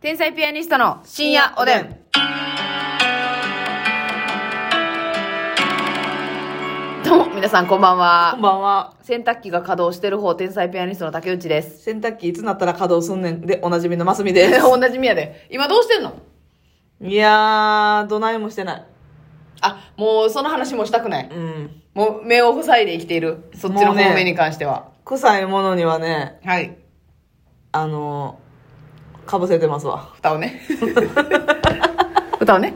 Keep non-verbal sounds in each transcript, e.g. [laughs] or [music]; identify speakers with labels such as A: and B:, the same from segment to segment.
A: 天才ピアニストの深夜おでん。どうも、皆さんこんばん
B: こん
A: は。
B: ばんは。
A: 洗濯機が稼働してる方、天才ピアニストの竹内です。
B: 洗濯機いつなったら稼働すんねんで、おなじみのますみで
A: [laughs] え、
B: す。
A: おなじみやで。今どうしてんの
B: いやー、どないもしてない。
A: あ、もうその話もしたくない。
B: うん。
A: もう目を塞いで生きている。そっちの方
B: もうね
A: 面に関しては。
B: 臭いものにはね、
A: はい。
B: あのー、かぶせてますわ。
A: 蓋を [laughs] ね。蓋をね。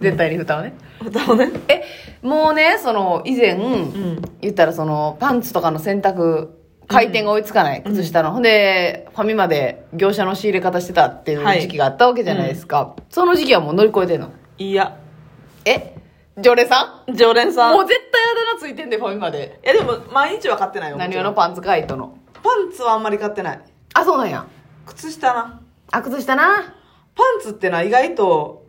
A: 絶対に蓋をね。
B: 蓋をね。
A: え、もうね、その、以前、
B: うん。
A: 言ったらそのパンツとかの洗濯回転が追いつかない、靴下のほんでファミマで業者の仕入れ方してたってい
B: は
A: う
B: い
A: 時期があったわけじゃないですか、その時期はもう乗り越えてんの
B: いや。
A: え常連さ
B: 常連
A: ん
B: さん。
A: もう
B: い
A: 絶対あだ名ついてんでファミマで
B: や、でも、毎日は買ってないよ。
A: 何用
B: も
A: の
B: ちろん
A: パンツかいとの
B: パンツはあんまり買ってない。
A: あそうなんや
B: 靴下な。
A: あ靴下な
B: パンツってな、意外と、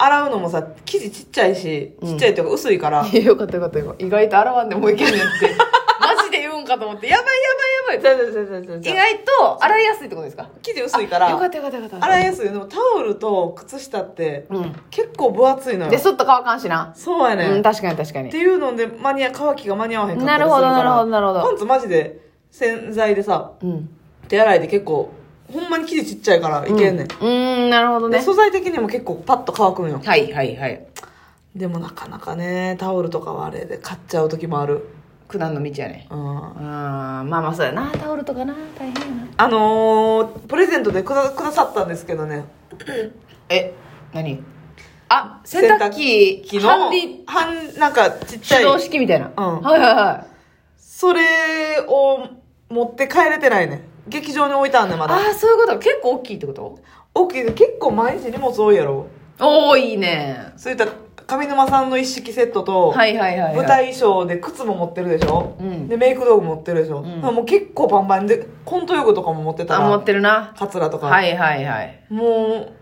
B: 洗うのもさ、生地ちっちゃいし、ちっちゃいというか薄いから。
A: いやよかったよかったよかった意外と洗わんでもいけんねんって
B: [laughs]
A: マジで言うんかと思ってやばいやばいやばい
B: じゃじゃじゃじゃじゃ
A: 意外と洗いやすいってことですか
B: 生地薄いから。
A: よかったよかったよかった
B: 洗いやすいよでもタオルと靴下って
A: う
B: 結構分厚いの
A: ん
B: よ
A: でそっと乾かんしな、
B: そうやね、
A: うん
B: っ
A: 確かに確かに
B: ていうので間に合乾きが間に合わへんかったりするから
A: なるほどなるほどなるほど
B: パンツマジで洗剤でさ
A: うん
B: 手洗いで結構ほんまに生地ちっちゃいからいけんねん、
A: うーん、なるほど
B: で
A: ね。
B: 素材的にも結構パッと乾くんよ
A: はいはいはい。
B: でもなかなかねタオルとかはあれで買っちゃう時もある
A: 苦難の道やね。
B: うん
A: うん、まあまあそうやな。タオルとかな、大変やな。
B: あのー、プレゼントでくだくださったんですけどね
A: え、何あ、洗濯機、
B: 昨日
A: ハンディ
B: 半なんかちっちゃ
A: 手
B: い
A: 動式みたいな。
B: うん
A: はいはいはい。
B: それを持って帰れてないねん劇場に置いたんねんまだ
A: ああ、そういうこと。結構大きいってこと
B: 大きいで結構毎日荷物多いやろ
A: おー、いいね。
B: そういった上沼さんの一式セットと、
A: はいはいはい、はい。
B: 舞。台衣装で靴も持ってるでしょ、
A: うん
B: でメイク道具持ってるでしょ、
A: ん
B: だからもう結構バンバンでコント用具とかも持ってた
A: あ、持っ
B: ら
A: てるな。
B: カツラとか、
A: はいはいはい。
B: も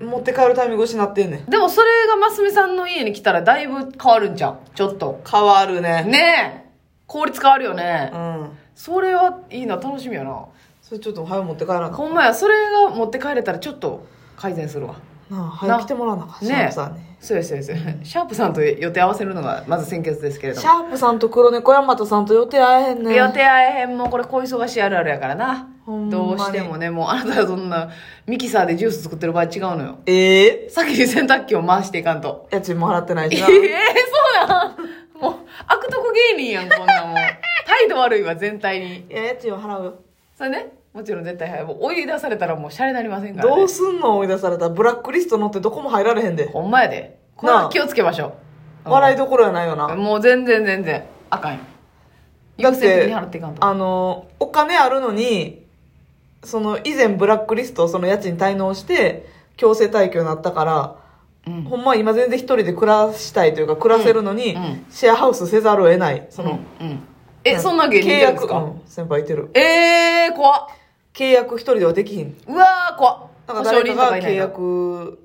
B: う持って帰るタイミング失ってんねん
A: でもそれがますみさんの家に来たらだいぶ変わるんじゃん。ちょっと。
B: 変わるね
A: ねえ。効率変わるよね
B: う。ん
A: それはいいな、楽しみやな。
B: それちょっと早く持って帰らな
A: ほんまや、それが持って帰れたらちょっと改善するわ。
B: なあ早く来てもらわなあかんシャープさんに、
A: そうです、そうです。シャープさんと予定合わせるのがまず先決ですけれど
B: シ
A: も。
B: ャープさんと黒猫大和さんと予定合えへんねん
A: 予定合えへんもこれ小忙しいあるあるやからな。
B: ほんまに
A: どうしてもね、もうあなたはそんなミキサーでジュース作ってる場合違うのよ。
B: ええ
A: 先に洗濯機を回していかんと。
B: 家賃も払ってない
A: ええ [laughs]
B: し
A: そ
B: な
A: うなんもう悪徳芸人やん、こんなんもう。態度悪いわ、全体に。
B: いや家賃は払うよ
A: それね、もちろん絶対早い。もう追い出されたらもうシャレなりませんから、ね。
B: どうすんの追い出されたらブラックリスト乗ってどこも入られへんで
A: ほんまやで。これ
B: な
A: は
B: あ
A: 気をつけましょう。
B: 笑いどころやないよな
A: もう全然全然あかんよ
B: だ
A: 優
B: っ
A: 先的に
B: て
A: 払っていかんと
B: あのお金あるのにその以前ブラックリストその家賃滞納して強制退去になったから、
A: うん
B: ほんまは今全然一人で暮らしたいというか暮らせるのに、
A: うんうん
B: シェアハウスせざるを得ないその、
A: うんうんえそんな芸人い
B: 契
A: てるんです
B: 約、
A: か、
B: うん先輩いてる
A: えー、怖っ
B: 契約一人ではできひん
A: うわー怖っ
B: なんか誰かが
A: いな
B: 契
A: いの
B: 約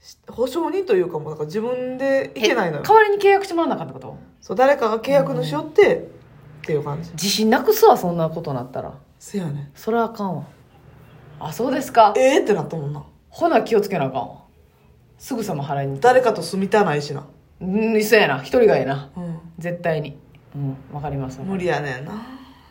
B: し保証人というかもうなんか自分でいけないのよ
A: え代わりに契約してもらわなかったこと
B: そう誰かが契約のしよって、っていう感じ
A: 自信なくすわそんなことなったら
B: せやね
A: それはあかんわあそうですか
B: ええってなったもんな
A: ほな気をつけなあかんわすぐさま払いに
B: 誰かと住みたないしな、
A: うんそうやな一人がええな
B: うん、
A: 絶対にうんわかります
B: 無理やねんな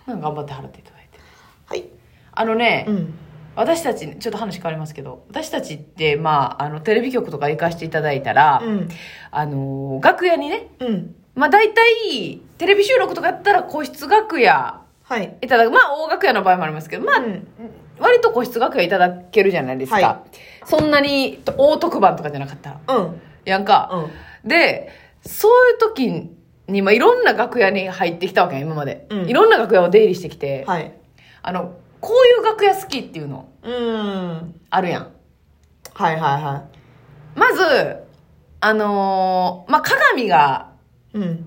A: うん頑張って払っていただいて
B: はい
A: あのね、
B: うん
A: 私たちちょっと話変わりますけど私たちって、まあ、あのテレビ局とか行かせていただいたら、
B: うん
A: あの楽屋にね、
B: うん
A: まあ、大体テレビ収録とかやったら個室楽屋
B: はい
A: いただくまあ大楽屋の場合もありますけどまあ、
B: うん
A: 割と個室楽屋いただけるじゃないですか、
B: は
A: そんなに大特番とかじゃなかった
B: うん
A: やんか、
B: うん
A: でそういう時に、まあ、いろんな楽屋に入ってきたわけよ今まで、
B: うん
A: いろんな楽屋を出入りしてきて、
B: はい
A: あのこういう楽屋好きっていうの
B: うん
A: あるやん
B: はいはいは
A: まず、あのーまあ、鏡が
B: いうん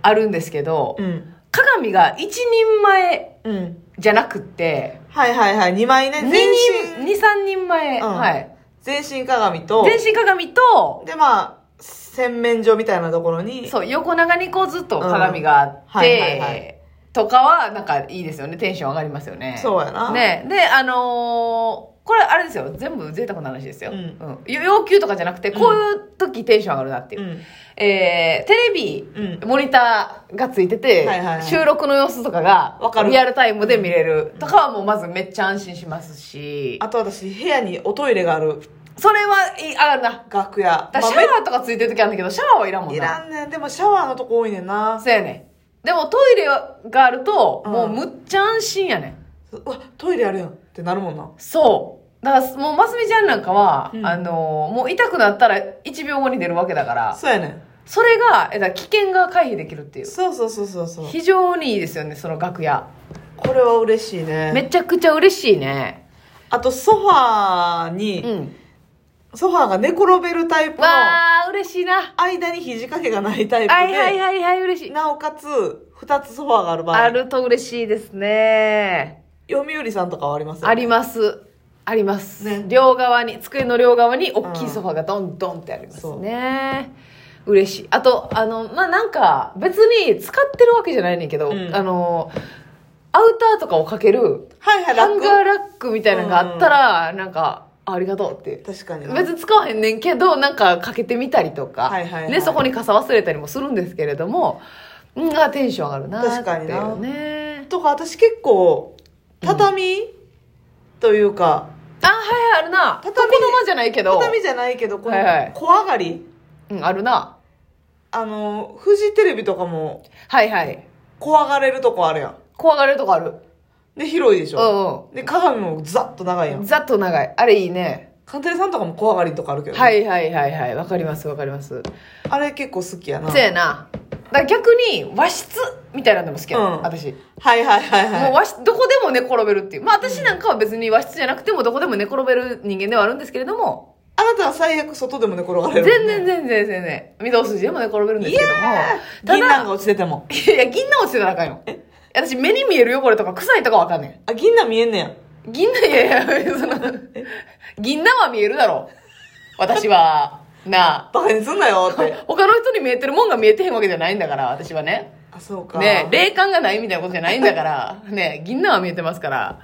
A: あるんですけど、
B: うん
A: 鏡が一人前
B: うん
A: じゃなくって、
B: はいはいはい2枚ね
A: 二
B: 全
A: 人、
B: 身
A: 二三人前、
B: うん
A: はい。
B: 全身鏡と
A: 全身鏡と、
B: でまあ洗面所みたいなところに
A: そう、横長にこうずっと鏡があって、
B: うんはいはいはい
A: とかは、なんかいいですよね。テンション上がりますよね。
B: そうやな
A: ね。で、あのーこれあれですよ。全部贅沢な話ですよ。
B: うん
A: うん要求とかじゃなくて、こういう時テンション上がるなっていうう。
B: ん。
A: えー、テレビ、
B: う
A: モニターがついてて、
B: はいはいはい
A: 収録の様子とかが
B: わかる
A: リアルタイムで見れるとかはもうまずめっちゃ安心しますし、
B: あと私、部屋におトイレがある
A: それはいい上がるな。
B: 楽屋。
A: だからシャ
B: まあ
A: ワーとかついてる時あるんだけど、シャワーはいらんも
B: め
A: ん
B: い
A: な。
B: らんねん。でもシャワーのとこ多いねんな。
A: そうやねん。でもトイレがあると、もうむっちゃ安心やねん。
B: うわ、トイレあるやんってなるもんな。
A: そう。だからもうますみちゃんなんかは、
B: うん
A: あのーもう痛くなったら1秒後に出るわけだから、
B: そうやねん。
A: それが、えだから危険が回避できるっていう。
B: そうそうそうそうそう。
A: 非常にいいですよね、その楽屋。
B: これは嬉しいね。
A: めちゃくちゃ嬉しいね。
B: あと、ソファーに、
A: うん。
B: ソファーが寝転べるタイプの、
A: わあ、嬉しいな。
B: 間に肘掛けがないタイプで、
A: はいはいはいはい、嬉しい。
B: なおかつ、二つソファーがある場合、
A: あると嬉しいですね。
B: 読売さんとかはあります
A: あります。あります、
B: ね
A: 両側に、机の両側に大きいソファがドンドンってあります
B: そう
A: ね。嬉しい。あと、あの、まあ、なんか、別に使ってるわけじゃないねんけど、
B: うん
A: あの、アウターとかをかける、
B: はいはい、
A: ハン
B: 楽。
A: ガーラックみたいなのがあったら、なんか、あありがとうって。
B: 確かにな。
A: 別に使わへんねんけど、なんかかけてみたりとか、
B: はいはいはい
A: ね、そこに傘忘れたりもするんですけれども、うん、あテンション上がるなー
B: 確か
A: って
B: に
A: い
B: な
A: うね。
B: とか、私結構、畳、というか、
A: あ、はいはい、あるな。床
B: 畳
A: の間じゃないけど、
B: 畳じゃないけど、この
A: はいはい
B: 小上がり。
A: うん、あるな。
B: あの、フジテレビとかも、
A: はいはい。
B: 小上がれるとこあるやん。
A: 怖がるとこある。
B: で、広いでし
A: う
B: ょ。
A: ん
B: で、鏡もザッと長いや
A: うん。
B: ん。
A: ざっと長い。あれいいね。
B: カンテレさんとかも小上がりとかあるけどね、
A: はいはいはいはい。わかりますわかります。
B: あれ結構好きやな。
A: せやな。だから逆に和室みたいなのも好きや
B: うん
A: ん、私。
B: はいはいは
A: も
B: い
A: う
B: は
A: 和室、どこでも寝転べるっていう。まあ私なんかは別に和室じゃなくてもどこでも寝転べる人間ではあるんですけれども、
B: い。あなたは最悪外でも寝転がれ
A: 全
B: るもんね、
A: 然全然全然。御堂筋でも寝転べるんですけども。
B: 銀
A: た
B: 杏
A: だ、
B: が落ちてても。
A: いや、銀杏落ちてたらあかんよ。私目に見える汚れとか臭いとかわかんね
B: あ、銀杏見えんねや。
A: ん。銀杏、いやいや、その、銀杏は見えるだろう。私は、なあ。
B: バカにすんなよ
A: [laughs]
B: って。
A: 他の人に見えてるもんが見えてへんわけじゃないんだから、私はね。
B: あ、そうか。
A: ね霊感がないみたいなことじゃないんだから、ね銀杏は見えてますから。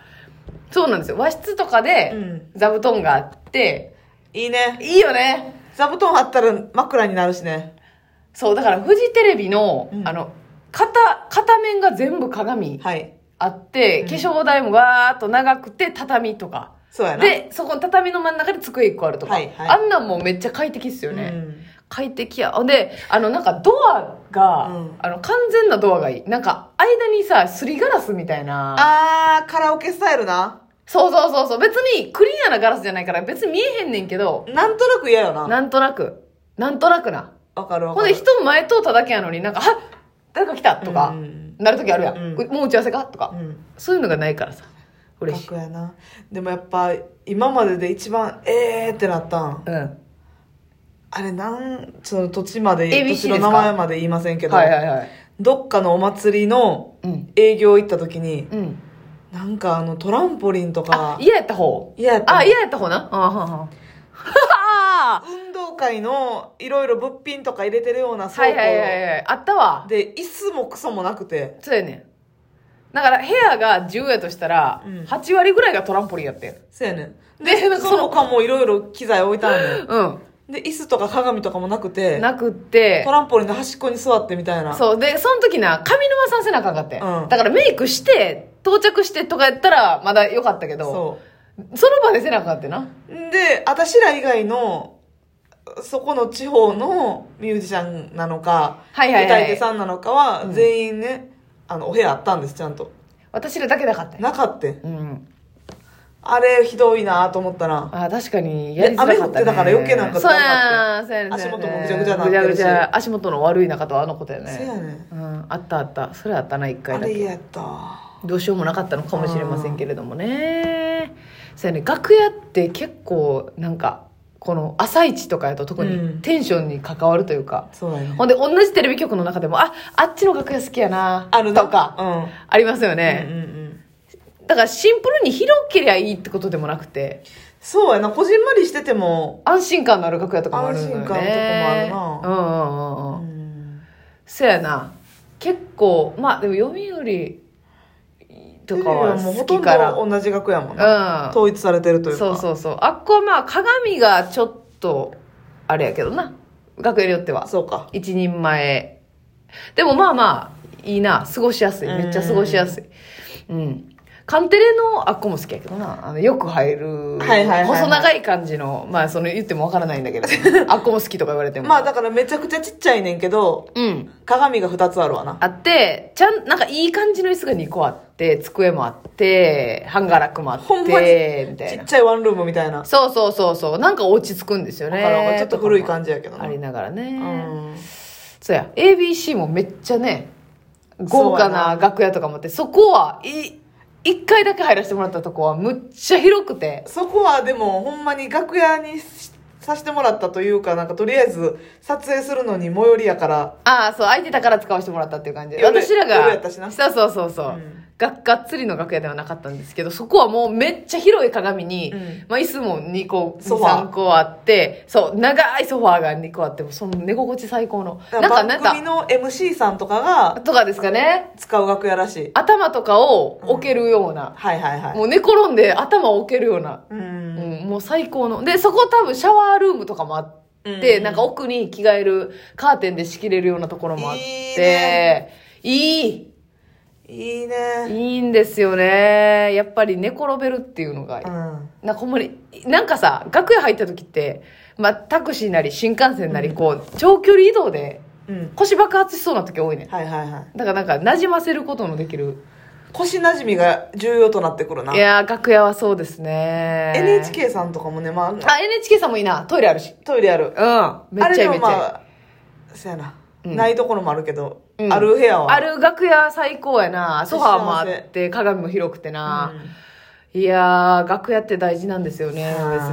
A: そうなんですよ。和室とかで
B: うん、
A: 座布団があって、
B: いいね。
A: いいよね。
B: 座布団あったら枕になるしね。
A: そう、だからフジテレビの、
B: うん
A: あの、片、片面が全部鏡
B: はい。
A: あって、
B: うん
A: 化粧台もわーっと長くて畳とか。
B: そうやな。
A: で、そこの畳の真ん中に机一個あるとか。
B: はいはい
A: あんなんもめっちゃ快適っすよ
B: う
A: ね。
B: ん、
A: 快適や。ほんで、あの、なんかドアが、
B: うん
A: あの、完全なドアがいい。なんか、間にさ、すりガラスみたいな。
B: あー、カラオケスタイルな。
A: そうそうそうそう。別にクリアなガラスじゃないから、別に見えへんねんけど、
B: なんとなく嫌よな。
A: なんとなく。なんとなくな。
B: わかるわか
A: ほん
B: る。
A: で、人前通っただけやのになんか、あ誰か来たと
B: う
A: か、
B: ん。
A: なるときあるやん、
B: うん
A: うもう打ち合わせかとか、
B: うん。
A: そういうのがないからさ。嬉しい。
B: 楽やな。でもやっぱ、今までで一番、えーってなったん。
A: うん。
B: あれ、なん、その土地まで、
A: ABC
B: 土地の名前まで言いませんけど、
A: はいはいはい。
B: どっかのお祭りの
A: うん。
B: 営業行った時に、
A: うん。
B: なんかあの、トランポリンと
A: あ
B: か、、
A: 嫌やった方。
B: 嫌やった
A: あ、嫌やった方な。あははは
B: [laughs]
A: は。
B: 運動会のいろいろ物品とか入れてるような
A: は
B: 倉
A: い
B: 庫
A: はいはいはい。あったわ。
B: で椅子もクソもなくて
A: そうやねん。だから部屋が10やとしたら、
B: うん
A: 8割ぐらいがトランポリンやってん。
B: そうやねん
A: で
B: でそ
A: そ
B: の
A: の
B: 他もいろいろ機材置いてある
A: う
B: ので椅子とか鏡とかもなくて
A: ん。なくって
B: ト、ランポリンの端っこに座ってみたいな
A: そう。で、その時な、上沼さんせなあかんかって、
B: うん
A: だからメイクして、到着してとかやったら、まだよかったけど、
B: そ
A: その場でせなあかんってな。
B: うで私ら以外のそこの地方のミュージシャンなのか、
A: はいはいはい
B: 歌い手さんなのかは
A: うん
B: 全員ね、あのお部屋あったんですちゃんと
A: 私らだけなかったよ。
B: なかった
A: うん。
B: あれひどいなと思ったな
A: あー確かに、やりづらかった、ね。
B: で雨降ってたから余計なんか
A: そうやん、そうやねん
B: 足元もぐち
A: そうや
B: ゃ
A: ねん
B: ぐちゃなってる
A: ぐちゃ
B: し
A: ぐちゃ足元の悪い中とあのことやね。
B: そうやね
A: うん、あったあった。それあったな、一
B: あ
A: 回だ
B: れ
A: け。
B: 嫌やったわ
A: どうしようもなかったのかもしれませんけれどもね。そうやね、楽屋って結構なんか、この朝一とかやと特
B: う
A: に
B: ん
A: テンションに関わるというか、
B: そうやね
A: ほんで同じテレビ局の中でも、あ、あっちの楽屋好きやな、
B: あるな
A: とか、ありますよ
B: うん、
A: ね
B: う、んうんうん
A: だからシンプルに広けりゃいいってことでもなくて、
B: そうやなこじんまりしてても、
A: 安心感のある楽屋とかもあるのよね。
B: 安心感のとこもある
A: な。うんうんうんうん。
B: うん
A: そやな結構まあでも読売とかは
B: も
A: 好
B: うほと
A: き
B: ん
A: から。
B: ど同じ学やもんな、
A: う
B: 統一されてるとい
A: ん。
B: うか
A: そうそうそう。あっこはまあ鏡がちょっと、あれやけどな。学園によっては。
B: そうか
A: 一人前。でもまあまあ、いいな。過ごしやすい。めっちゃ過ごしやすい。うん。カンテレのあっこも好きやけどな。あの、よく入る。
B: はいはいはいはい
A: 細長い感じの、まあその言ってもわからないん
B: [laughs]
A: だけど。あっこも好きとか言われても。
B: まあだからめちゃくちゃちっちゃいねんけど
A: うん。
B: 鏡が2つあるわな
A: あって、ちゃん、なんかいい感じの椅子が2個あって、机もあって、ハンガーラックもあっ
B: ほんまに
A: て、みた
B: ち
A: いな
B: っ。ちゃいワンルームみたいな、
A: そうそうそうそう。なんか落ち着くんですよ
B: だから
A: ね。
B: ちょっと古い感じやけどな
A: ありながらね。
B: うん
A: そうや。ABC もめっちゃね、豪華な楽屋とかもあって、そこは、い、一回だけ入らせてもらったとこはむっちゃ広くて。
B: そこはでもほんまに楽屋にしさせてもらったというかなんかとりあえず撮影するのに最寄りやから
A: ああ、そう、空いてたから使わせてもらったっていう感じで。
B: 夜
A: 私らが、
B: 夜やったしな
A: そうそうそうそう。
B: うん
A: ががっつりの楽屋ではなかったんですけど、そこはもうめっちゃ広い鏡に、
B: うん
A: まあ椅子も2個、
B: ソファー
A: 3個あって、そう、長いソファーが2個あって、もうその寝心地最高の。なんか、なん
B: 番組
A: か、
B: の MC さんとかが
A: とかですかね、
B: 使う楽屋らしい
A: 頭とかを置けるような、
B: はいはいはい
A: もう寝転んで頭を置けるような、
B: う
A: うんん、もう最高の。で、そこ多分シャワールームとかもあって、
B: うん
A: なんか奥に着替えるカーテンで仕切れるようなところもあっ
B: いい
A: て
B: ね、
A: いい,、
B: いいね
A: いいんですよね。やっぱり寝転べるっていうのが、
B: うん
A: なんかほんまに、なんかさ、楽屋入った時って、まあ、タクシーなり新幹線なり、こう、長距離移動で
B: うん
A: 腰爆発しそうな時多いねん。
B: はいはいはい
A: だからなんか馴染ませることのできる。
B: 腰なじみが重要となってくるない
A: やー、楽屋はそうですね。
B: NHK さんとかもねまあ
A: あ、NHK さんもいいな。トイレあるし。
B: トイレある
A: うん。め
B: あ
A: っ
B: れ
A: ちゃい
B: で
A: いめ
B: も
A: っちゃいい。
B: まあそやな、
A: うん
B: ないところもあるけど、
A: うん
B: ある部屋は
A: ある楽屋最高やな。ソファーもあって、鏡も広くて
B: うん
A: な。いやー、楽屋って大事なんですよね。別に